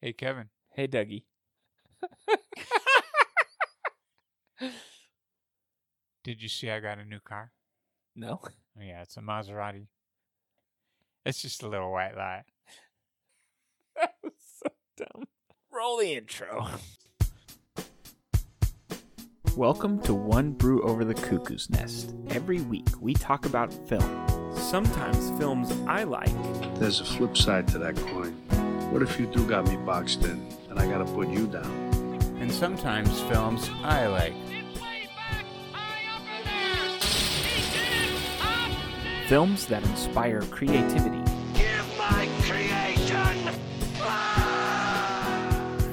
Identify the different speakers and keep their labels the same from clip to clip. Speaker 1: Hey, Kevin.
Speaker 2: Hey, Dougie.
Speaker 1: Did you see I got a new car?
Speaker 2: No.
Speaker 1: Oh, yeah, it's a Maserati. It's just a little white lie.
Speaker 2: that was so dumb. Roll the intro. Welcome to One Brew Over the Cuckoo's Nest. Every week we talk about film. Sometimes films I like.
Speaker 3: There's a flip side to that coin. What if you do got me boxed in and I gotta put you down?
Speaker 1: And sometimes films I like.
Speaker 4: It's way back high up in there. He did it. Up.
Speaker 2: Films that inspire creativity.
Speaker 4: Give my creation.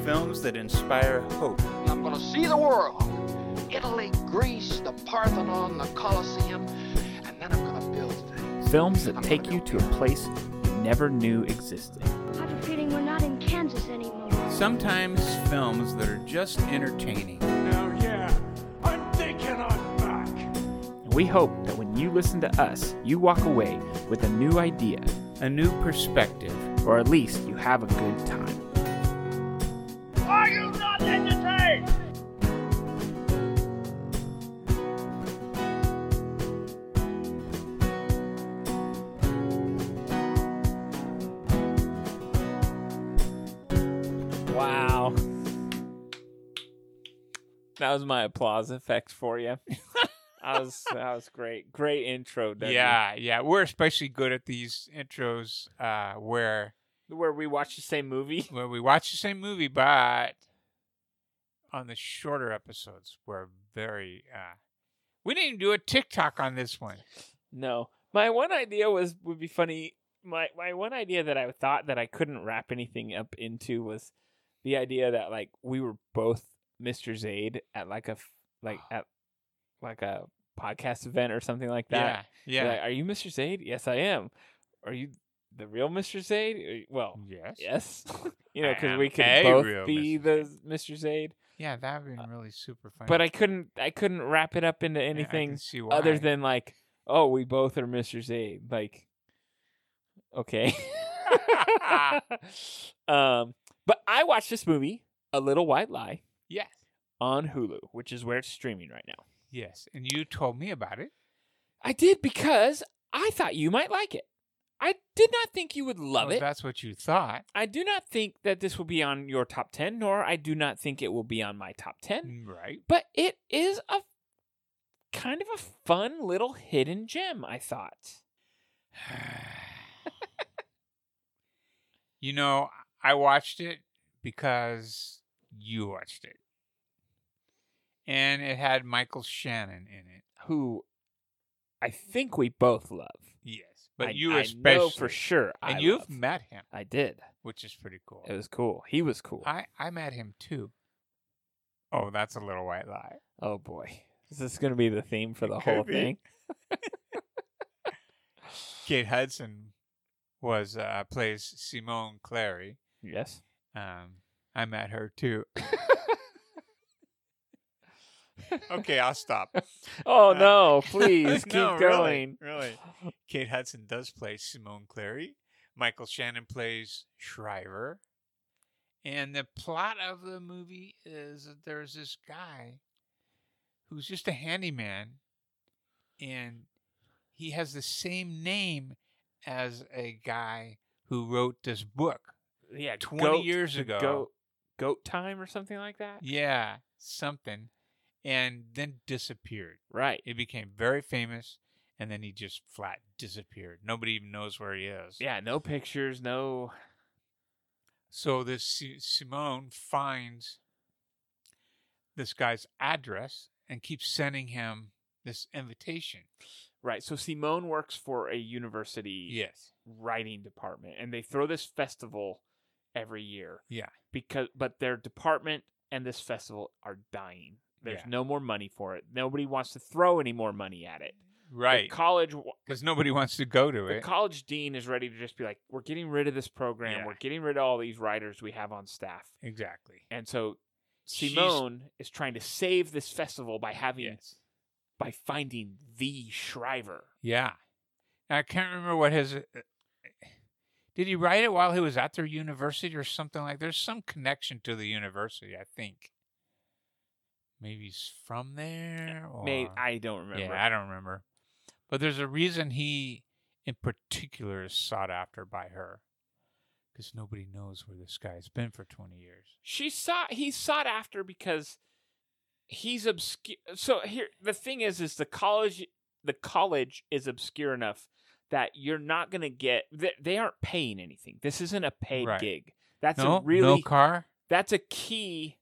Speaker 1: Films that inspire hope.
Speaker 5: Ah! I'm going to see the world. Italy, Greece, the Parthenon, the Colosseum, and then I'm going to build things.
Speaker 2: Films that
Speaker 5: I'm
Speaker 2: take
Speaker 5: gonna
Speaker 2: you
Speaker 5: build
Speaker 2: to a place you never knew existed.
Speaker 6: I have a feeling we're not in Kansas anymore.
Speaker 1: Sometimes films that are just entertaining.
Speaker 2: And we hope that when you listen to us, you walk away with a new idea,
Speaker 1: A new perspective.
Speaker 2: or at least you have a good time.
Speaker 4: Are you not entertained?
Speaker 2: Wow. That was my applause effect for you. that was that was great. Great intro, Dougie.
Speaker 1: Yeah, yeah. We're especially good at these intros uh, where
Speaker 2: Where we watch the same movie.
Speaker 1: where we watch the same movie, but on the shorter episodes, we're very. Uh, we didn't even do a TikTok on this one.
Speaker 2: No. My one idea was would be funny. My my one idea that I thought that I couldn't wrap anything up into was the idea that like we were both Mr. Zaid at like a f- like
Speaker 1: Ah.
Speaker 2: at like a podcast event or something like that.
Speaker 1: yeah,
Speaker 2: Be
Speaker 1: yeah.
Speaker 2: like, Are you Mr. Zaid? Yes, I am. Are you the real Mr. Zaid? Uh, Well,
Speaker 1: Yes.
Speaker 2: yes. you know,
Speaker 1: Mm. I
Speaker 2: because
Speaker 1: am
Speaker 2: we could
Speaker 1: a real
Speaker 2: both be
Speaker 1: Mr.
Speaker 2: the Mr. Zaid.
Speaker 1: Yeah, that would have been really super funny.
Speaker 2: Uh, But I couldn't I couldn't wrap it up into
Speaker 1: And I can
Speaker 2: anything
Speaker 1: see why.
Speaker 2: other than like, oh, we both are Mr. Zaid. Like, okay. um, but I watched this movie, A Little White Lie,
Speaker 1: yes,
Speaker 2: on Hulu, which is where it's streaming right now.
Speaker 1: yes, and you told me about it.
Speaker 2: I did because I thought you might like it. I did not think you would love
Speaker 1: Well,
Speaker 2: it.
Speaker 1: That's what you thought,
Speaker 2: I do not think that this will be on your top 10, nor I do not think it will be on my top 10,
Speaker 1: mm, right?
Speaker 2: but it is a kind of a fun little hidden gem, I thought.
Speaker 1: you know, I watched it because you watched it, and it had Michael Shannon in it.
Speaker 2: who I think we both love.
Speaker 1: Yes, but
Speaker 2: I-
Speaker 1: you
Speaker 2: I
Speaker 1: especially
Speaker 2: know for sure. I
Speaker 1: and you've
Speaker 2: love.
Speaker 1: met him,
Speaker 2: I did.
Speaker 1: which is pretty cool.
Speaker 2: It was cool. He was cool.
Speaker 1: I I met him too. Oh, that's a little white lie.
Speaker 2: oh boy, is this going to be the theme for
Speaker 1: It
Speaker 2: the
Speaker 1: could
Speaker 2: whole
Speaker 1: be.
Speaker 2: thing?
Speaker 1: Kate Hudson was uh, plays Simone Clary.
Speaker 2: Yes.
Speaker 1: Um, I met her too. okay, I'll stop.
Speaker 2: Oh
Speaker 1: Uh,
Speaker 2: no! Please keep
Speaker 1: No, really,
Speaker 2: going.
Speaker 1: really. Kate Hudson does play Simone Clary. Michael Shannon plays Shriver. And the plot of the movie is that there's this guy who's just a handyman and he has the same name as a guy who wrote this book.
Speaker 2: Yeah,
Speaker 1: 20 years
Speaker 2: the
Speaker 1: ago.
Speaker 2: Goat, goat time or something like that.
Speaker 1: Yeah, something. And then disappeared.
Speaker 2: Right.
Speaker 1: It became very famous and then he just flat disappeared. Nobody even knows where he is.
Speaker 2: Yeah. No pictures. No.
Speaker 1: So this Si- Simone finds this guy's address and keeps sending him this invitation.
Speaker 2: Right. So Simone works for a university
Speaker 1: Yes.
Speaker 2: writing department, and they throw this festival every year.
Speaker 1: Yeah.
Speaker 2: because but their department and this festival are dying. There's
Speaker 1: Yeah.
Speaker 2: no more money for it. Nobody wants to throw any more money at it. The
Speaker 1: Right.
Speaker 2: college w-
Speaker 1: Because nobody wants to go to
Speaker 2: the
Speaker 1: it.
Speaker 2: college dean is ready to just be like, "We're getting rid of this program.
Speaker 1: Yeah.
Speaker 2: We're getting rid of all these writers we have on staff."
Speaker 1: exactly.
Speaker 2: And so
Speaker 1: She's-
Speaker 2: Simone is trying to save this festival by having
Speaker 1: Yes.
Speaker 2: by finding the Shriver.
Speaker 1: Yeah. I can't remember what his. Did uh, Did he write it while he was at their university or something like? There's some connection to the university, I think. Maybe he's from there. Or...
Speaker 2: Eh, May I don't remember.
Speaker 1: Yeah, I don't remember. But there's a reason he, in particular, is sought after by her, because nobody knows where this guy's been for 20 years.
Speaker 2: she sought he's sought after because he's obscure so here the thing is is the college the college is obscure enough that you're not going to get they, they aren't paying anything this isn't a paid
Speaker 1: Right.
Speaker 2: gig that's
Speaker 1: no,
Speaker 2: a really
Speaker 1: no car.
Speaker 2: that's a key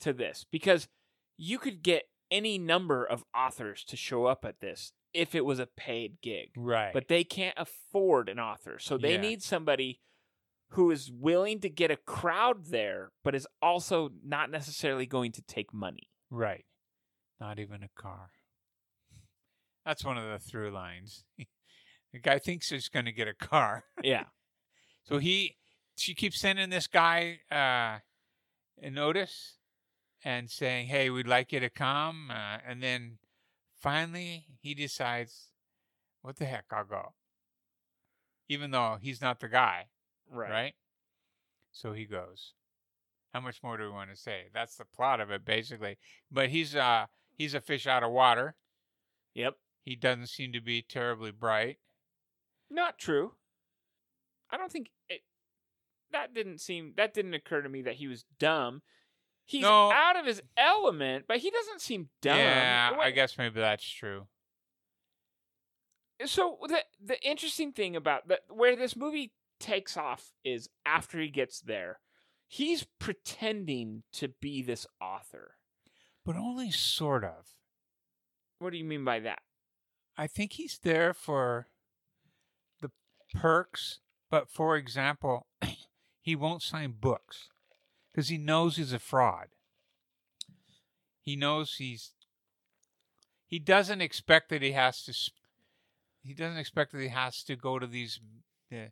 Speaker 2: to this because you could get any number of authors to show up at this if it was a paid gig
Speaker 1: Right.
Speaker 2: but they can't afford an author. So they
Speaker 1: Yeah.
Speaker 2: need somebody who is willing to get a crowd there, but is also not necessarily going to take money.
Speaker 1: Right. Not even a car. That's one of the through lines. the guy thinks he's going to get a car.
Speaker 2: Yeah.
Speaker 1: So he, she keeps sending this guy uh, a notice and saying, hey, we'd like you to come. Uh, and then finally he decides, what the heck, I'll go. Even though he's not the guy, right? So he goes. How much more do we want to say? That's the plot of it, basically. But he's uh he's a fish out of water.
Speaker 2: Yep.
Speaker 1: He doesn't seem to be terribly bright.
Speaker 2: Not true. I don't think it, that didn't seem that didn't occur to me that he was dumb. He's
Speaker 1: No.
Speaker 2: out of his element, but he doesn't seem dumb.
Speaker 1: Yeah,
Speaker 2: What-
Speaker 1: I guess maybe that's true.
Speaker 2: so the the interesting thing about that where this movie takes off is after he gets there he's pretending to be this author
Speaker 1: But only sort of.
Speaker 2: what do you mean by that
Speaker 1: I think he's there for the perks, but for example, he won't sign books because he knows he's a fraud. He knows he's. He doesn't expect that he has to. sp- He doesn't expect that he has to go to these uh,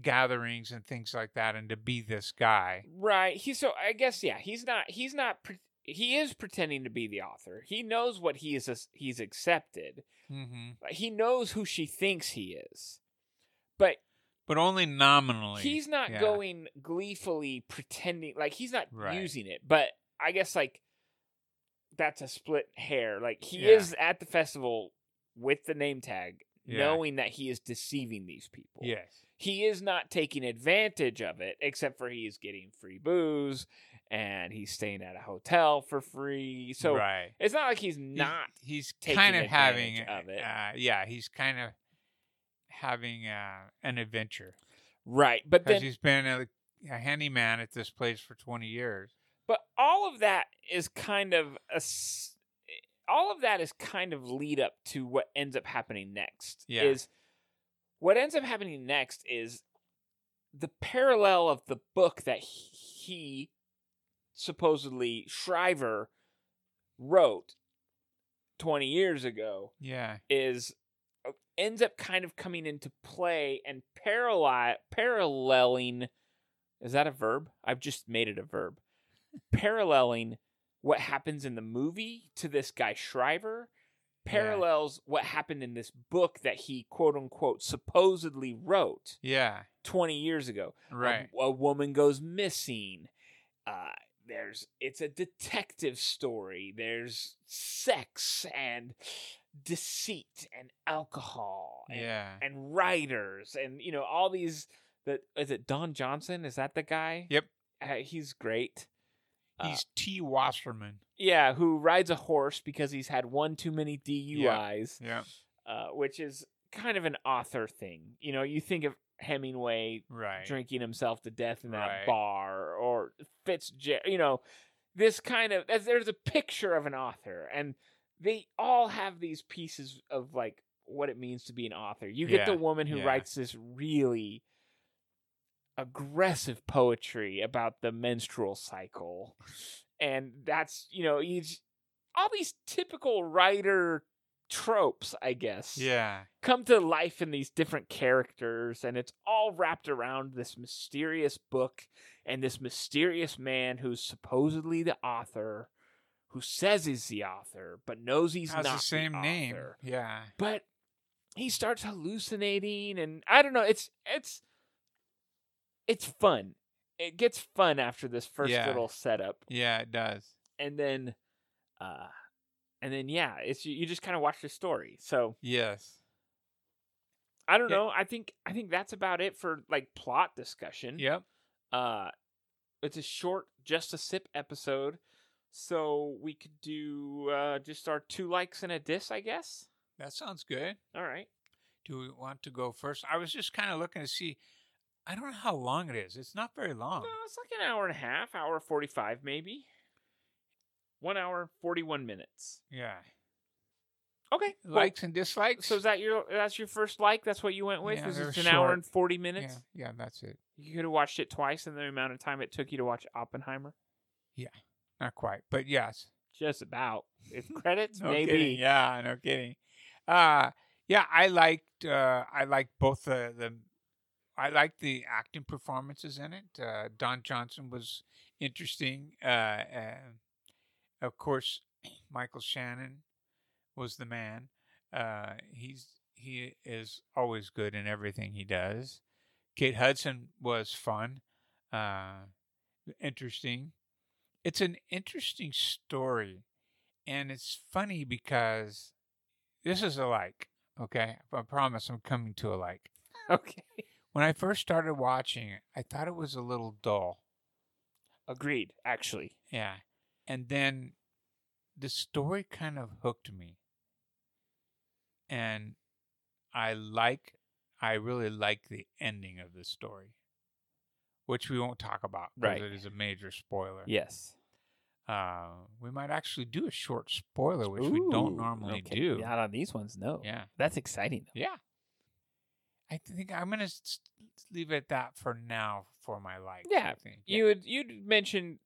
Speaker 1: gatherings and things like that and to be this guy.
Speaker 2: right he's so i guess yeah he's not he's not pre- he is pretending to be the author he knows what he is as- he's accepted
Speaker 1: hmm
Speaker 2: Like, he knows who she thinks he is but
Speaker 1: But only nominally.
Speaker 2: he's not
Speaker 1: Yeah.
Speaker 2: going gleefully pretending like he's not
Speaker 1: Right.
Speaker 2: using it but i guess like that's a split hair like he
Speaker 1: Yeah.
Speaker 2: is at the festival with the name tag
Speaker 1: Yeah.
Speaker 2: knowing that he is deceiving these people
Speaker 1: Yes.
Speaker 2: he is not taking advantage of it except for he's getting free booze and he's staying at a hotel for free so
Speaker 1: right.
Speaker 2: it's not like he's
Speaker 1: He's-
Speaker 2: not
Speaker 1: he's
Speaker 2: taking
Speaker 1: kind of having
Speaker 2: advantage of it.
Speaker 1: Uh, yeah he's kind of having uh, an adventure
Speaker 2: right but
Speaker 1: because
Speaker 2: then
Speaker 1: he's been a, a handyman at this place for 20 years
Speaker 2: But all of that is kind of a s- all of that is kind of lead up to what ends up happening next.
Speaker 1: Yeah.
Speaker 2: Is what ends up happening next is the parallel of the book that he supposedly Shriver wrote 20 years ago
Speaker 1: yeah
Speaker 2: is uh, ends up kind of coming into play and parallel paralleling is that a verb i've just made it a verb paralleling what happens in the movie to this guy shriver
Speaker 1: Yeah.
Speaker 2: parallels what happened in this book that he quote unquote supposedly wrote
Speaker 1: yeah
Speaker 2: 20 years ago a-
Speaker 1: right
Speaker 2: A, woman goes missing. Uh, there's it's a detective story. There's sex and deceit and alcohol and,
Speaker 1: yeah
Speaker 2: and writers and you know all these. That is it. Don Johnson is that the guy?
Speaker 1: Yep.
Speaker 2: Uh, he's great. uh,
Speaker 1: he's t wasserman
Speaker 2: Yeah, who rides a horse because he's had one too many DUIs,
Speaker 1: yeah
Speaker 2: uh, which is kind of an author thing. You know, you think of Hemingway
Speaker 1: right
Speaker 2: drinking himself to death in that
Speaker 1: Right.
Speaker 2: bar or Fitz, you know, this kind of as there's a picture of an author and they all have these pieces of like what it means to be an author. You get
Speaker 1: Yeah,
Speaker 2: the woman who
Speaker 1: yeah.
Speaker 2: writes this really aggressive poetry about the menstrual cycle. And that's, you know, each all these typical writer tropes, I guess
Speaker 1: yeah
Speaker 2: come to life in these different characters and it's all wrapped around this mysterious book and this mysterious man who's supposedly the author who says he's the author but knows he's
Speaker 1: has
Speaker 2: not
Speaker 1: the same name
Speaker 2: author.
Speaker 1: yeah
Speaker 2: but he starts hallucinating and i don't know it's it's it's fun. It gets fun after this first
Speaker 1: Yeah.
Speaker 2: little setup,
Speaker 1: Yeah, it does.
Speaker 2: and then, uh, and then yeah, it's you, you just kind of watch the story. So
Speaker 1: Yes.
Speaker 2: I don't
Speaker 1: Yeah.
Speaker 2: know. I think I think that's about it for like plot discussion.
Speaker 1: Yep.
Speaker 2: Uh, it's a short, just a sip episode, so we could do uh, just our two likes and a diss, I guess.
Speaker 1: That sounds good.
Speaker 2: All right.
Speaker 1: Do we want to go first? I was just kind of looking to see. I don't know how long it is. It's not very long.
Speaker 2: No, Uh, it's like an hour and a half, hour forty five maybe. One hour forty one minutes.
Speaker 1: Yeah.
Speaker 2: Okay. well,
Speaker 1: Likes and dislikes.
Speaker 2: so is that your that's your first like? That's what you went with?
Speaker 1: Yeah,
Speaker 2: was
Speaker 1: they're
Speaker 2: it an hour
Speaker 1: short.
Speaker 2: and forty
Speaker 1: yeah,
Speaker 2: minutes?
Speaker 1: yeah, that's it.
Speaker 2: You could have watched it twice in the amount of time it took you to watch Oppenheimer.
Speaker 1: Not quite, but yes.
Speaker 2: Just about. If credits,
Speaker 1: No
Speaker 2: maybe.
Speaker 1: kidding. Yeah, no kidding. Uh yeah, I liked uh I liked both the the I liked the acting performances in it. Uh Don Johnson was interesting. Uh, uh of course Michael Shannon was the man. Uh he's he is always good in everything he does. Kate Hudson was fun. Uh interesting. It's an interesting story and it's funny because this is a like okay i promise i'm coming to a like
Speaker 2: Okay.
Speaker 1: when i first started watching it i thought it was a little dull
Speaker 2: Agreed, actually.
Speaker 1: yeah and then the story kind of hooked me and i like i really like the ending of the story which we won't talk about because
Speaker 2: Right.
Speaker 1: it is a major spoiler
Speaker 2: Yes.
Speaker 1: uh, we might actually do a short spoiler which we don't
Speaker 2: Ooh,
Speaker 1: normally
Speaker 2: okay.
Speaker 1: do
Speaker 2: Not on these ones, no.
Speaker 1: yeah.
Speaker 2: That's exciting though.
Speaker 1: Yeah. I think I'm gonna s- s- leave it at that for now for my life.
Speaker 2: Yeah,
Speaker 1: I think.
Speaker 2: You would you'd mentioned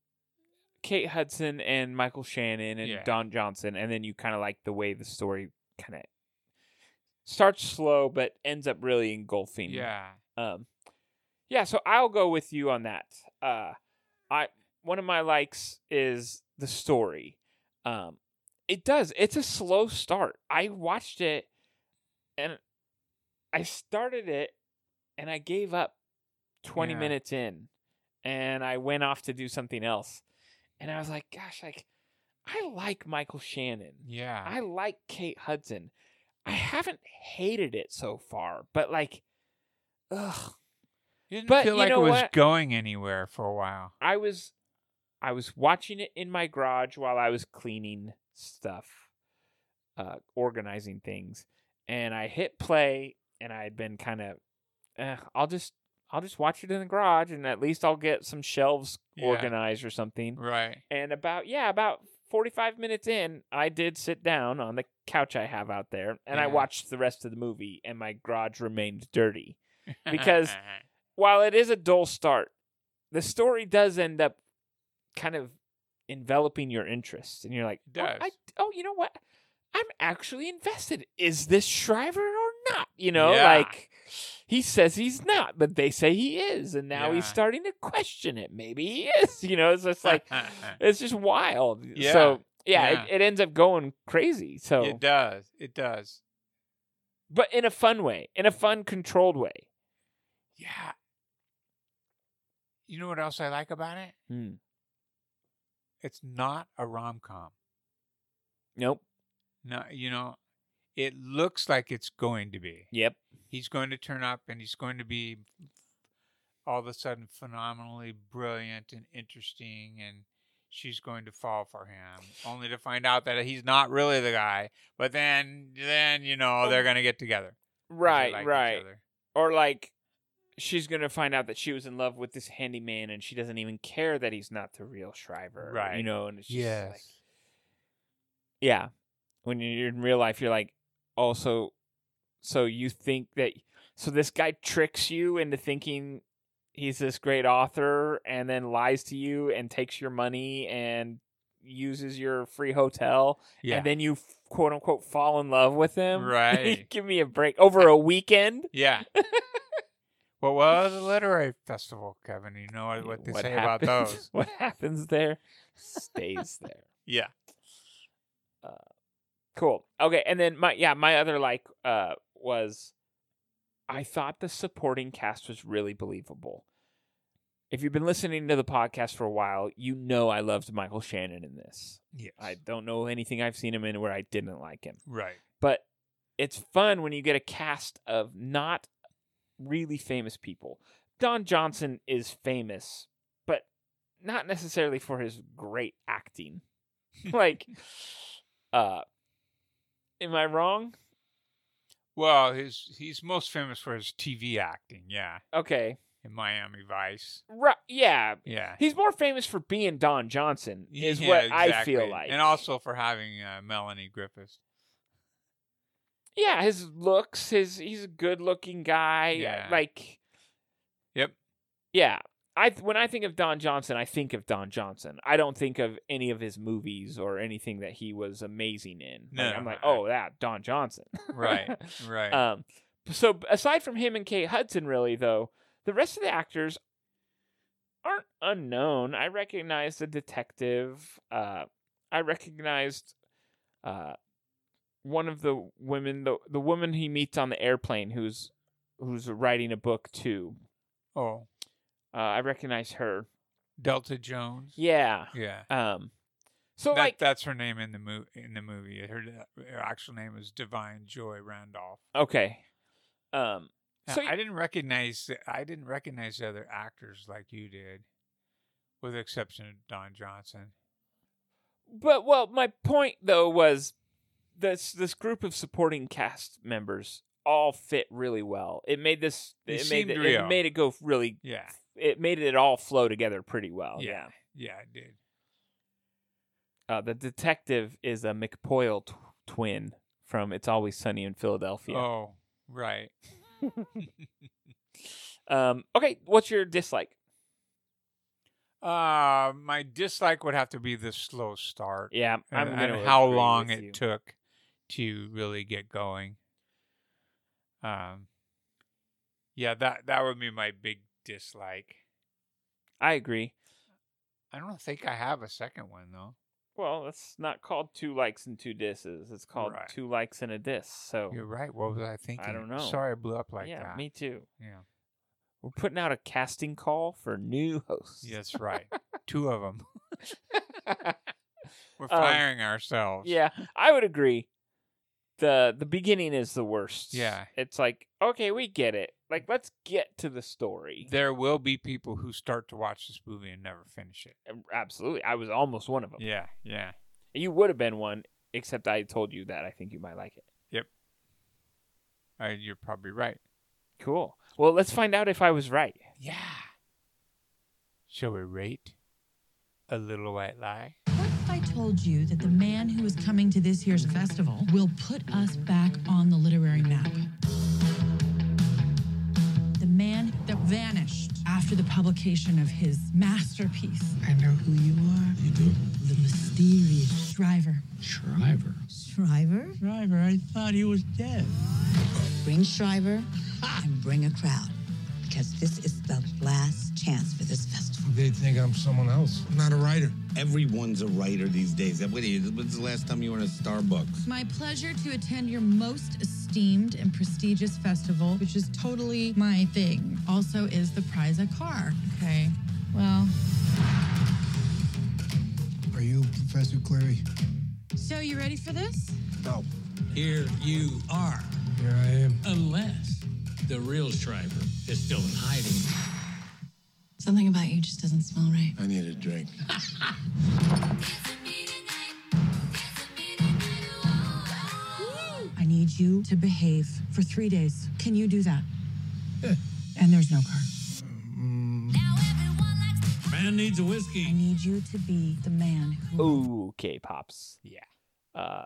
Speaker 2: Kate Hudson and Michael Shannon and
Speaker 1: Yeah.
Speaker 2: Don Johnson, and then you kind of like the way the story kind of starts slow but ends up really engulfing.
Speaker 1: Yeah.
Speaker 2: Um. Yeah. So I'll go with you on that. Uh, I one of my likes is the story. Um, it does. It's a slow start. I watched it, and I started it, and I gave up twenty
Speaker 1: Yeah.
Speaker 2: minutes in, and I went off to do something else, and I was like, "Gosh, like I like Michael Shannon.
Speaker 1: Yeah.
Speaker 2: I like Kate Hudson. I haven't hated it so far, but like, ugh,
Speaker 1: didn't
Speaker 2: but
Speaker 1: feel
Speaker 2: you
Speaker 1: like
Speaker 2: know
Speaker 1: it was
Speaker 2: what?
Speaker 1: going anywhere for a while.
Speaker 2: I was, I was watching it in my garage while I was cleaning stuff, uh, organizing things, and I hit play, and I had been kind of, eh, I'll just, I'll just watch it in the garage, and at least I'll get some shelves
Speaker 1: Yeah.
Speaker 2: organized or something.
Speaker 1: Right.
Speaker 2: And about yeah, about 45 minutes in, I did sit down on the couch I have out there and I
Speaker 1: Yeah.
Speaker 2: watched the rest of the movie and my garage remained dirty. Because- While it is a dull start, the story does end up kind of enveloping your interest and you're like,
Speaker 1: It
Speaker 2: "Oh,
Speaker 1: does.
Speaker 2: I, oh, you know what? I'm actually invested. Is this Shriver or not? You know,
Speaker 1: Yeah.
Speaker 2: like he says he's not, but they say he is, and now he's
Speaker 1: Yeah.
Speaker 2: starting to question it. Maybe he is. You know, it's just like it's just wild.
Speaker 1: Yeah.
Speaker 2: So yeah,
Speaker 1: Yeah.
Speaker 2: It, it ends up going crazy. So,
Speaker 1: it does. It does.
Speaker 2: but in a fun way, in a fun, controlled way.
Speaker 1: Yeah. You know what else I like about it? It's not a rom com.
Speaker 2: Nope.
Speaker 1: No, you know, it looks like it's going to be.
Speaker 2: Yep.
Speaker 1: he's going to turn up and he's going to be all of a sudden phenomenally brilliant and interesting and she's going to fall for him only to find out that he's not really the guy but then then you know they're going to get together 'cause they
Speaker 2: Right.
Speaker 1: like each
Speaker 2: right.
Speaker 1: other.
Speaker 2: Or like, she's gonna find out that she was in love with this handyman, and she doesn't even care that he's not the real Shriver. You
Speaker 1: Right.
Speaker 2: know, and it's just
Speaker 1: yes
Speaker 2: like, yeah. When you're in real life, you're like, oh, so, so you think that, so this guy tricks you into thinking he's this great author and then lies to you and takes your money and uses your free hotel
Speaker 1: yeah
Speaker 2: and then you quote unquote fall in love with him
Speaker 1: Right.
Speaker 2: give me a break over a weekend
Speaker 1: yeah what was the literary festival kevin you know what, what they say about
Speaker 2: happens-
Speaker 1: those
Speaker 2: what happens there stays there
Speaker 1: yeah
Speaker 2: Cool. Okay, and then my yeah, my other like uh was I thought the supporting cast was really believable. if you've been listening to the podcast for a while, you know I loved Michael Shannon in this.
Speaker 1: Yes.
Speaker 2: I don't know anything I've seen him in where I didn't like him.
Speaker 1: right.
Speaker 2: But it's fun when you get a cast of not really famous people. Don Johnson is famous, but not necessarily for his great acting. like uh am I wrong?
Speaker 1: Well, his he's most famous for his TV acting. Yeah,
Speaker 2: Okay.
Speaker 1: in Miami Vice.
Speaker 2: Right. Yeah.
Speaker 1: Yeah.
Speaker 2: He's more famous for being Don Johnson, is
Speaker 1: Yeah,
Speaker 2: what
Speaker 1: exactly.
Speaker 2: I feel like.
Speaker 1: and also for having uh, Melanie Griffiths.
Speaker 2: yeah, his looks, his he's a good looking guy. uh,
Speaker 1: Yeah.
Speaker 2: Like
Speaker 1: Yep.
Speaker 2: Yeah. I th- when I think of Don Johnson, I think of Don Johnson. I don't think of any of his movies or anything that he was amazing in. Like,
Speaker 1: No,
Speaker 2: I'm like,
Speaker 1: I-
Speaker 2: oh, that Don Johnson.
Speaker 1: Right, right.
Speaker 2: Um, so aside from him and Kate Hudson, really though, the rest of the actors aren't unknown. I recognize the detective. Uh, I recognized uh, one of the women, the the woman he meets on the airplane, who's who's writing a book too.
Speaker 1: oh,
Speaker 2: Uh, I recognize her.
Speaker 1: Delta Jones.
Speaker 2: Yeah.
Speaker 1: Yeah.
Speaker 2: Um. So
Speaker 1: that,
Speaker 2: like,
Speaker 1: that's her name in the mo- in the movie. Her, uh, her actual name is Divine Joy Randolph.
Speaker 2: okay. Um.
Speaker 1: Now,
Speaker 2: So
Speaker 1: I didn't recognize the- I didn't recognize the other actors like you did, with the exception of Don Johnson.
Speaker 2: But well, my point though was this this group of supporting cast members all fit really well. It made this
Speaker 1: They
Speaker 2: it made
Speaker 1: seemed
Speaker 2: it,
Speaker 1: real.
Speaker 2: it made it go really
Speaker 1: Yeah,
Speaker 2: it made it all flow together pretty well. Oh, Yeah.
Speaker 1: Yeah. yeah, I did.
Speaker 2: Uh, the detective is a McPoyle tw- twin from It's Always Sunny in Philadelphia.
Speaker 1: Oh, right.
Speaker 2: Um okay, what's your dislike?
Speaker 1: Uh, my dislike would have to be the slow start.
Speaker 2: Yeah, I'm
Speaker 1: Uh, and,
Speaker 2: gonna
Speaker 1: and how
Speaker 2: agree
Speaker 1: long
Speaker 2: with
Speaker 1: it
Speaker 2: you.
Speaker 1: took to really get going. Um, yeah, that that would be my big dislike.
Speaker 2: I agree.
Speaker 1: I don't think I have a second one though.
Speaker 2: Well, that's not called two likes and two disses. It's called
Speaker 1: Right.
Speaker 2: two likes and a diss. So
Speaker 1: You're right. What was I thinking?
Speaker 2: Oh. don't know.
Speaker 1: Sorry, I blew up like
Speaker 2: yeah,
Speaker 1: that.
Speaker 2: me too.
Speaker 1: yeah.
Speaker 2: We're putting out a casting call for new hosts.
Speaker 1: That's right. Two of them. We're
Speaker 2: Um,
Speaker 1: firing ourselves.
Speaker 2: Yeah, I would agree. The the beginning is the worst.
Speaker 1: Yeah.
Speaker 2: It's like, okay, we get it. Like let's get to the story.
Speaker 1: There will be people who start to watch this movie and never finish it.
Speaker 2: Absolutely. I was almost one of them.
Speaker 1: Yeah, yeah.
Speaker 2: You would have been one except I told you that I think you might like it.
Speaker 1: Uh, you're probably right.
Speaker 2: Cool. Well, let's find out if I was right.
Speaker 1: Yeah. Shall we rate a little white lie?
Speaker 7: What if I told you that the man who is coming to this year's festival will put us back on the literary map? The man that vanished after the publication of his masterpiece,
Speaker 8: I know who you are. You do?
Speaker 7: The Mysterious Shriver.
Speaker 8: Shriver.
Speaker 7: Shriver?
Speaker 8: Shriver, I thought he was dead.
Speaker 9: Bring Shriver and bring a crowd because this is the last chance for this festival.
Speaker 8: They think I'm someone else. I'm not a writer.
Speaker 10: Everyone's a writer these days. What are you, when's the last time you were in a Starbucks?
Speaker 7: It's my pleasure to attend your most esteemed and prestigious festival, which is totally my thing. Also, is the prize a car? Okay. Well,
Speaker 8: Are you Professor Cleary?
Speaker 7: so you ready for this?
Speaker 11: Here you are.
Speaker 8: Here I am.
Speaker 11: Unless the real Shriver is still in hiding.
Speaker 7: Something about you just doesn't smell right.
Speaker 8: I need a drink.
Speaker 7: I need you to behave for three days. Can you do that? and there's no car.
Speaker 11: Man needs a
Speaker 7: I
Speaker 11: whiskey.
Speaker 7: need you to be the man who.
Speaker 2: Ooh, K pops.
Speaker 1: Yeah.
Speaker 2: Uh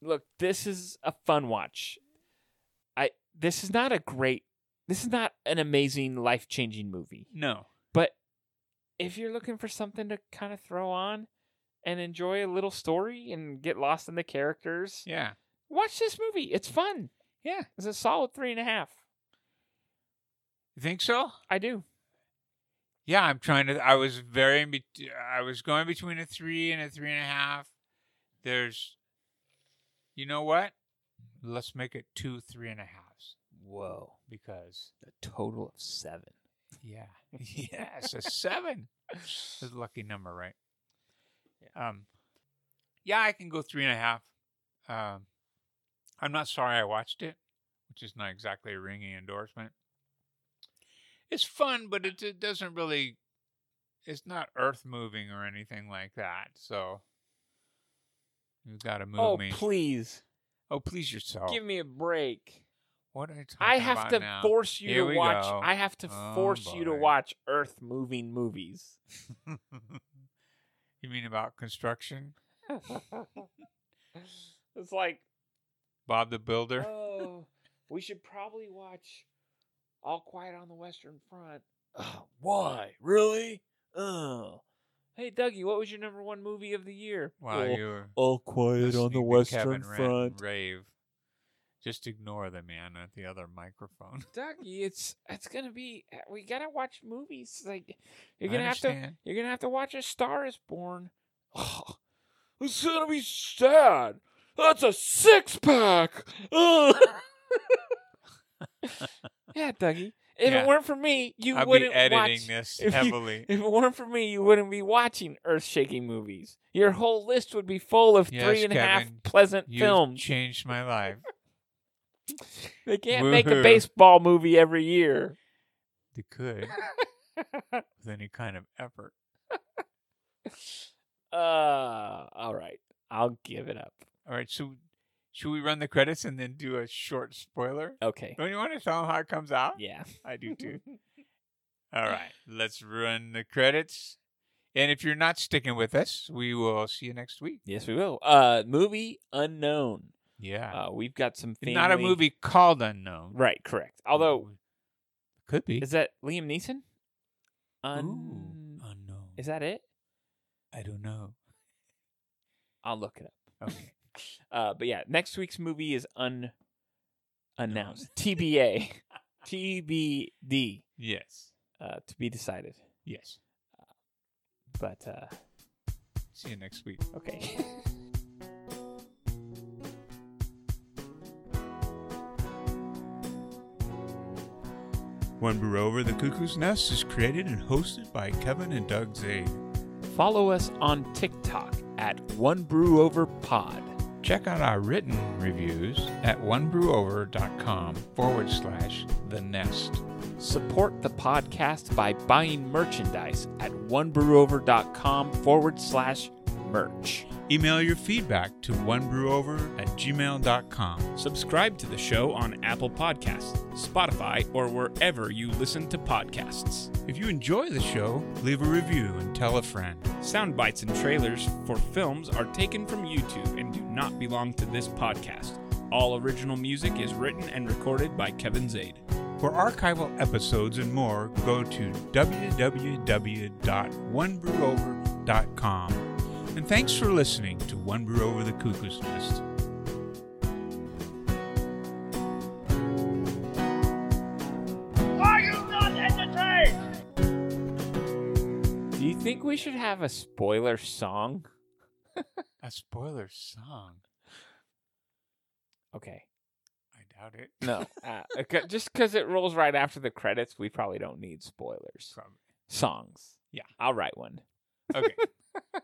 Speaker 2: look, this is a fun watch. I this is not a great this is not an amazing life changing movie.
Speaker 1: No.
Speaker 2: But if you're looking for something to kind of throw on and enjoy a little story and get lost in the characters,
Speaker 1: Yeah.
Speaker 2: watch this movie. It's fun. Yeah. It's a solid three and a half.
Speaker 1: You think so?
Speaker 2: I do.
Speaker 1: Yeah, I'm trying to. I was very. in bet- I was going between a three and a three and a half. There's. You know what? Let's make it two three and a halves
Speaker 2: Whoa.
Speaker 1: because
Speaker 2: A total of seven.
Speaker 1: Yeah. Yes, a seven. That's a lucky number, right? Um, yeah, I can go three and a half. Um, I'm not sorry I watched it, which is not exactly a ringing endorsement. It's fun, but it, it doesn't really. It's not earth moving or anything like that. So you got to move
Speaker 2: oh,
Speaker 1: me.
Speaker 2: please.
Speaker 1: Oh, please yourself.
Speaker 2: Give me a break.
Speaker 1: what are you talking
Speaker 2: I have
Speaker 1: about
Speaker 2: to
Speaker 1: now?
Speaker 2: force you
Speaker 1: Here
Speaker 2: to
Speaker 1: we
Speaker 2: watch.
Speaker 1: go.
Speaker 2: I have to
Speaker 1: Oh,
Speaker 2: force you to
Speaker 1: boy.
Speaker 2: watch earth moving movies.
Speaker 1: you mean about construction?
Speaker 2: it's like,
Speaker 1: Bob the Builder?
Speaker 2: oh, we should probably watch All Quiet on the Western Front. Oh, why? Really? Oh. Hey, Dougie, what was your number one movie of the year?
Speaker 1: Wow,
Speaker 2: Oh,
Speaker 1: you were
Speaker 2: All Quiet
Speaker 1: listening
Speaker 2: on the
Speaker 1: to
Speaker 2: Western
Speaker 1: Kevin Rant
Speaker 2: Front.
Speaker 1: rave. Just ignore the man at the other microphone.
Speaker 2: Dougie, it's it's gonna be. We gotta watch movies. Like you're
Speaker 1: I
Speaker 2: gonna have to.
Speaker 1: understand.
Speaker 2: You're gonna have to watch A Star Is Born. Oh, it's gonna be sad. That's a six pack. Ugh. yeah, Dougie. If
Speaker 1: Yeah.
Speaker 2: it weren't for me, you
Speaker 1: I'll be
Speaker 2: wouldn't
Speaker 1: editing
Speaker 2: watch.
Speaker 1: this
Speaker 2: if you-
Speaker 1: heavily.
Speaker 2: If it weren't for me, you wouldn't be watching earth-shaking movies. Your whole list would be full of
Speaker 1: Yes,
Speaker 2: three and a half
Speaker 1: Kevin,
Speaker 2: pleasant
Speaker 1: You've
Speaker 2: films.
Speaker 1: changed my life.
Speaker 2: They can't make a
Speaker 1: Woohoo.
Speaker 2: baseball movie every year.
Speaker 1: They could with any kind of effort.
Speaker 2: Uh, all right. I'll give it up.
Speaker 1: All right, so should we run the credits and then do a short spoiler?
Speaker 2: Okay.
Speaker 1: Don't you want to tell them how it comes out?
Speaker 2: Yeah.
Speaker 1: I do too. All right, let's run the credits. And if you're not sticking with us, we will see you next week.
Speaker 2: Yes, we will. Uh, movie unknown.
Speaker 1: Yeah.
Speaker 2: Uh, we've got some family.
Speaker 1: Not a movie called Unknown.
Speaker 2: Right. Correct. Although,
Speaker 1: Could be.
Speaker 2: is that Liam Neeson?
Speaker 1: Ooh,
Speaker 2: Un-
Speaker 1: unknown.
Speaker 2: Is that it?
Speaker 1: I don't know.
Speaker 2: I'll look it up.
Speaker 1: Okay.
Speaker 2: Uh, but yeah, next week's movie is un announced. TBA. TBD.
Speaker 1: yes.
Speaker 2: Uh, to be decided.
Speaker 1: Yes.
Speaker 2: But uh,
Speaker 1: See you next week.
Speaker 2: okay.
Speaker 1: When We're Over the Cuckoo's Nest is created and hosted by Kevin and Doug Zade.
Speaker 2: Follow us on TikTok at One Brew Over Pod.
Speaker 1: Check out our written reviews at onebrewover.com forward slash the nest.
Speaker 2: Support the podcast by buying merchandise at onebrewover.com forward slash merch.
Speaker 1: Email your feedback to onebrewover at gmail.com.
Speaker 12: Subscribe to the show on Apple Podcasts, Spotify, or wherever you listen to podcasts.
Speaker 1: If you enjoy the show, leave a review and tell a friend.
Speaker 12: Sound bites and trailers for films are taken from YouTube and do not belong to this podcast. All original music is written and recorded by Kevin Zaid.
Speaker 1: For archival episodes and more, go to www.onebrewover.com. And thanks for listening to One Brew Over the Cuckoo's Nest.
Speaker 4: Are you not entertained?
Speaker 2: Do you think we should have a spoiler song?
Speaker 1: A spoiler song?
Speaker 2: Okay.
Speaker 1: I doubt it.
Speaker 2: No. Uh, okay, just because it rolls right after the credits, we probably don't need spoilers.
Speaker 1: Probably.
Speaker 2: Songs.
Speaker 1: Yeah.
Speaker 2: I'll write one.
Speaker 1: Okay.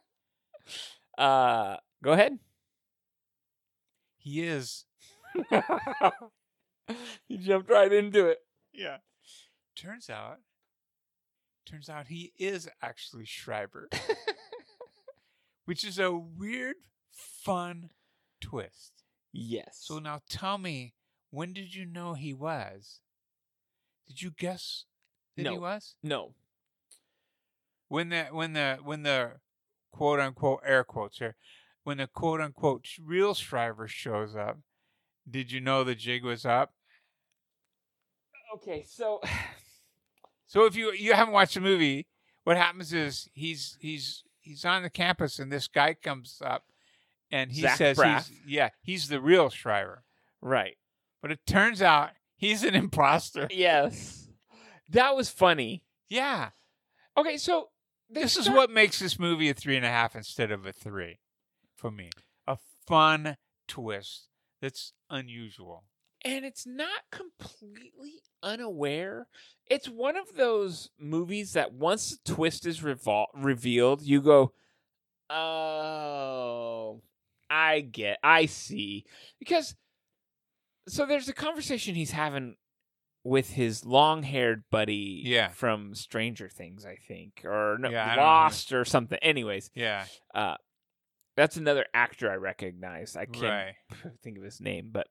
Speaker 2: Uh, go ahead.
Speaker 1: he is.
Speaker 2: you jumped right into it.
Speaker 1: Yeah. Turns out, turns out he is actually Schreiber, which is a weird, fun twist.
Speaker 2: Yes.
Speaker 1: So now tell me, when did you know he was? Did you guess that he
Speaker 2: No.
Speaker 1: was?
Speaker 2: no.
Speaker 1: When the when the when the quote unquote air quotes here, when the quote unquote sh- real Shriver shows up, did you know the jig was up?
Speaker 2: Okay, so
Speaker 1: So if you you haven't watched the movie, what happens is he's he's he's on the campus and this guy comes up and he
Speaker 2: Zach
Speaker 1: says he's,
Speaker 2: Braff.
Speaker 1: yeah, he's the real Shriver.
Speaker 2: right.
Speaker 1: But it turns out he's an imposter.
Speaker 2: Yes. That was funny.
Speaker 1: Yeah.
Speaker 2: Okay, so they
Speaker 1: this is
Speaker 2: start-
Speaker 1: what makes this movie a three and a half instead of a three for me. A fun twist that's unusual.
Speaker 2: and it's not completely unaware. It's one of those movies that once the twist is revol- revealed, you go, "Oh, I get, I see." Because so there's a conversation he's having with his long-haired buddy
Speaker 1: Yeah.
Speaker 2: from Stranger Things, I think, or no,
Speaker 1: Yeah, I don't
Speaker 2: Lost or something. Anyways,
Speaker 1: Yeah.
Speaker 2: uh, that's another actor I recognize. I can't
Speaker 1: Right.
Speaker 2: think of his name, but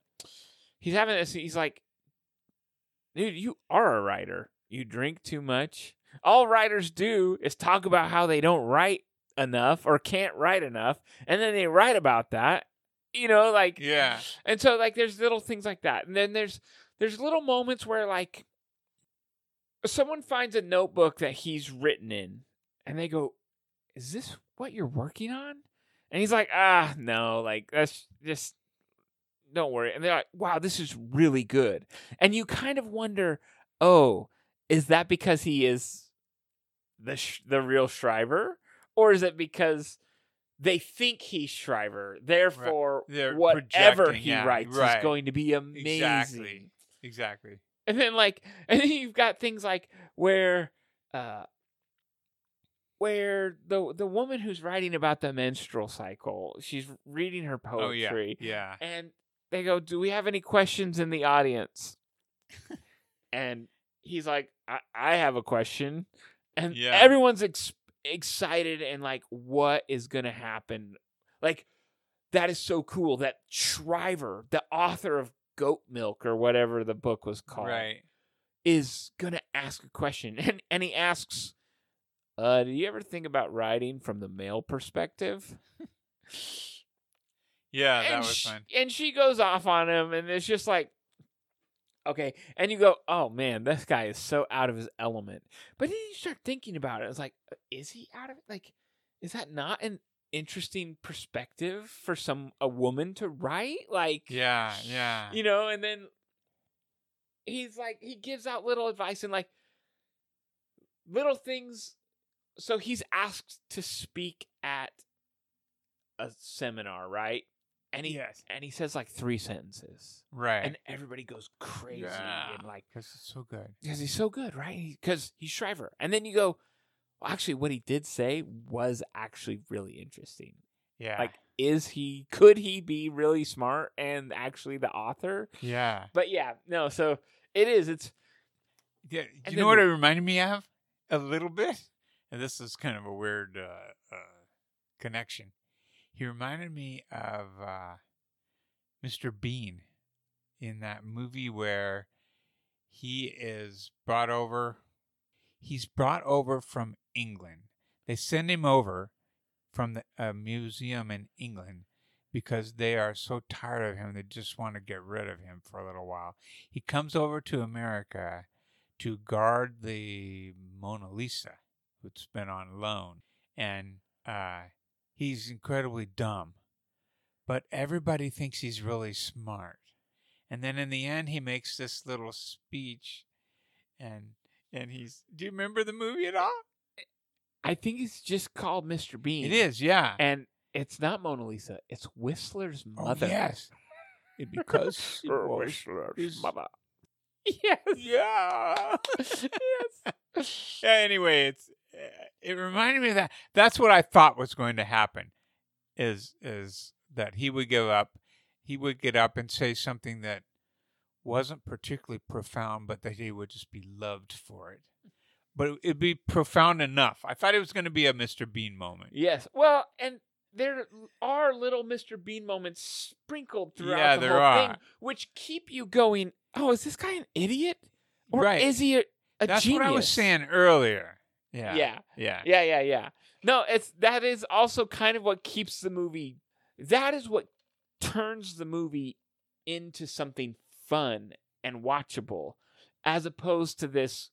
Speaker 2: he's having this. He's like, dude, you are a writer. You drink too much. All writers do is talk about how they don't write enough or can't write enough, and then they write about that. You know, like
Speaker 1: Yeah.
Speaker 2: and so like there's little things like that. And then there's there's little moments where like someone finds a notebook that he's written in and they go, "Is this what you're working on?" And he's like, "Ah, no, like that's just don't worry." And they're like, "Wow, this is really good." And you kind of wonder, "Oh, is that because he is the sh- the real Shriver or is it because they think he's Shriver, therefore
Speaker 1: They're
Speaker 2: whatever
Speaker 1: projecting,
Speaker 2: he
Speaker 1: yeah,
Speaker 2: writes
Speaker 1: right.
Speaker 2: is going to be amazing.
Speaker 1: Exactly. Exactly.
Speaker 2: And then like and then you've got things like where uh where the the woman who's writing about the menstrual cycle, she's reading her
Speaker 1: Oh yeah.
Speaker 2: poetry.
Speaker 1: Yeah.
Speaker 2: And they go, "Do we have any questions in the audience?" and he's like, "I, I have a question," and
Speaker 1: Yeah.
Speaker 2: everyone's ex- excited and like, "What is gonna happen?" Like, that is so cool that Shriver, the author of Goat Milk or whatever the book was called,
Speaker 1: Right.
Speaker 2: is gonna ask a question, and and he asks. Uh, do you ever think about writing from the male perspective?
Speaker 1: Yeah, Oh, that
Speaker 2: and
Speaker 1: was
Speaker 2: sh-
Speaker 1: fun.
Speaker 2: And she goes off on him, and it's just like, okay. And you go, oh man, this guy is so out of his element. But then you start thinking about it. It's like, "Uh, is he out of it? Like, is that not an interesting perspective for some a woman to write? Like,
Speaker 1: Yeah, yeah.
Speaker 2: you know. And then he's like, he gives out little advice and like little things. So he's asked to speak at a seminar, right? And he
Speaker 1: Yes.
Speaker 2: and he says like three sentences,
Speaker 1: Right.
Speaker 2: And everybody goes crazy
Speaker 1: Yeah.
Speaker 2: and like
Speaker 1: Because it's so good.
Speaker 2: because he's so good, right? Because he's Shriver, and then you go, well, actually, what he did say was actually really interesting.
Speaker 1: Yeah.
Speaker 2: Like, is he? Could he be really smart and actually the author?
Speaker 1: yeah.
Speaker 2: But yeah, no. So it is. It's
Speaker 1: Yeah,
Speaker 2: And
Speaker 1: you
Speaker 2: then
Speaker 1: know what
Speaker 2: the-
Speaker 1: it reminded me of a little bit, and this is kind of a weird uh, uh, connection. He reminded me of uh, Mr. Bean in that movie where he is brought over. He's brought over from England. They send him over from the, a museum in England because they are so tired of him. They just want to get rid of him for a little while. He comes over to America to guard the Mona Lisa, who's been on loan, and uh, he's incredibly dumb, but everybody thinks he's really smart. And then in the end, he makes this little speech, and and he's. Do you remember the movie at all?
Speaker 2: I think it's just called Mr. Bean.
Speaker 1: It is, yeah.
Speaker 2: and it's not Mona Lisa. It's Whistler's
Speaker 1: Oh,
Speaker 2: mother.
Speaker 1: yes, it, because it was his-
Speaker 2: Yes.
Speaker 1: Yeah. yes. Anyway, it's eh, it reminded me of that. That's what I thought was going to happen. Is is that he would give up? He would get up and say something that wasn't particularly profound, but that he would just be loved for it. But it'd be profound enough. I thought it was going to be a Mr. Bean moment.
Speaker 2: Yes. Well, and there are little Mr. Bean moments sprinkled throughout
Speaker 1: Yeah,
Speaker 2: the
Speaker 1: there
Speaker 2: whole
Speaker 1: are.
Speaker 2: thing, which keep you going. Oh, is this guy an idiot, or
Speaker 1: Right.
Speaker 2: is he a, a
Speaker 1: That's
Speaker 2: genius?
Speaker 1: what I was saying earlier. Yeah.
Speaker 2: Yeah.
Speaker 1: Yeah.
Speaker 2: Yeah, yeah, yeah. No, it's that is also kind of what keeps the movie. That is what turns the movie into something fun and watchable, as opposed to this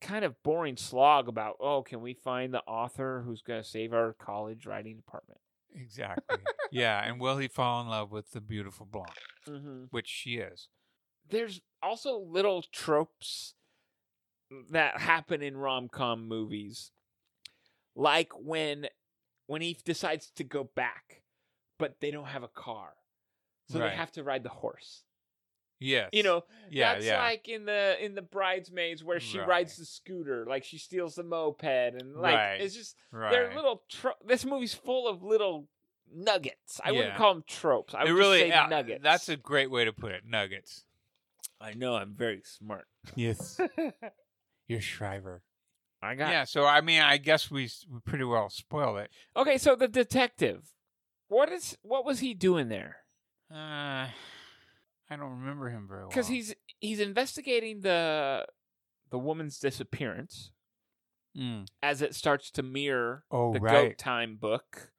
Speaker 2: kind of boring slog about oh, can we find the author who's going to save our college writing department?
Speaker 1: Exactly. yeah. And will he fall in love with the beautiful blonde,
Speaker 2: Mm-hmm.
Speaker 1: which she is?
Speaker 2: There's also little tropes that happen in rom com movies, like when when he decides to go back, but they don't have a car, so
Speaker 1: Right.
Speaker 2: they have to ride the horse.
Speaker 1: Yes.
Speaker 2: You know,
Speaker 1: Yeah,
Speaker 2: that's
Speaker 1: yeah.
Speaker 2: like in the in the bridesmaids where she
Speaker 1: Right.
Speaker 2: rides the scooter, like she steals the moped, and like
Speaker 1: Right,
Speaker 2: it's just they're
Speaker 1: right.
Speaker 2: little. Tro- this movie's full of little nuggets. I wouldn't
Speaker 1: Yeah.
Speaker 2: call them tropes. I
Speaker 1: It
Speaker 2: would
Speaker 1: really
Speaker 2: just say
Speaker 1: yeah,
Speaker 2: nuggets.
Speaker 1: That's a great way to put it. Nuggets.
Speaker 2: I know I'm very smart.
Speaker 1: Yes. You're Shriver.
Speaker 2: I got.
Speaker 1: Yeah. So I mean, I guess we, s- we pretty well spoiled it.
Speaker 2: Okay, so the detective, what is what was he doing there?
Speaker 1: Uh, I don't remember him very well.
Speaker 2: Because he's he's investigating the the woman's disappearance
Speaker 1: Mm.
Speaker 2: as it starts to mirror
Speaker 1: Oh,
Speaker 2: the
Speaker 1: right.
Speaker 2: Goat Time book,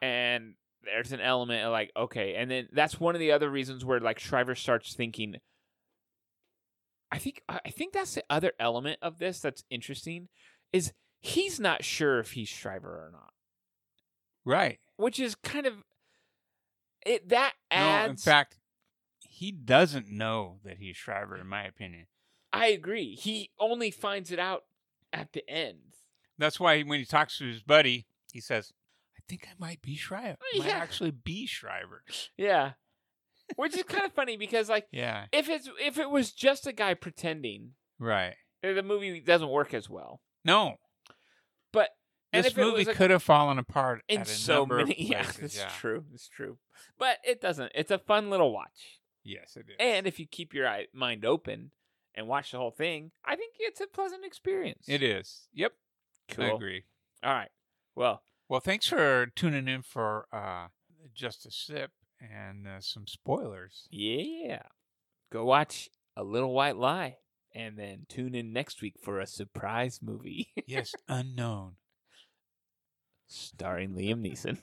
Speaker 2: and there's an element of like okay, and then that's one of the other reasons where like Shriver starts thinking. I think I I think that's the other element of this that's interesting, is he's not sure if he's Shriver or not.
Speaker 1: right.
Speaker 2: which is kind of it that
Speaker 1: No, in
Speaker 2: adds
Speaker 1: fact, he doesn't know that he's Shriver, in my opinion.
Speaker 2: i agree he only finds it out at the end
Speaker 1: That's why when he talks to his buddy, he says, "I think I might be Shriver. Might
Speaker 2: Yeah.
Speaker 1: actually be Shriver."
Speaker 2: yeah which is kind of funny because like
Speaker 1: Yeah.
Speaker 2: if it's if it was just a guy pretending
Speaker 1: Right.
Speaker 2: eh, the movie doesn't work as well
Speaker 1: No,
Speaker 2: but and
Speaker 1: this
Speaker 2: if it
Speaker 1: movie
Speaker 2: was a-
Speaker 1: could have fallen apart
Speaker 2: in
Speaker 1: at a
Speaker 2: so
Speaker 1: number of
Speaker 2: many yeah
Speaker 1: places,
Speaker 2: that's
Speaker 1: yeah.
Speaker 2: true it's true but it doesn't it's a fun little watch
Speaker 1: Yes, it is.
Speaker 2: and if you keep your eye, mind open and watch the whole thing i think it's a pleasant experience
Speaker 1: It is. Yep. I
Speaker 2: Cool.
Speaker 1: agree.
Speaker 2: all right well
Speaker 1: Well, thanks for tuning in for uh, just a sip and uh, some spoilers.
Speaker 2: Yeah. Go watch A Little White Lie and then tune in next week for a surprise movie
Speaker 1: Yes, unknown.
Speaker 2: starring Liam Neeson.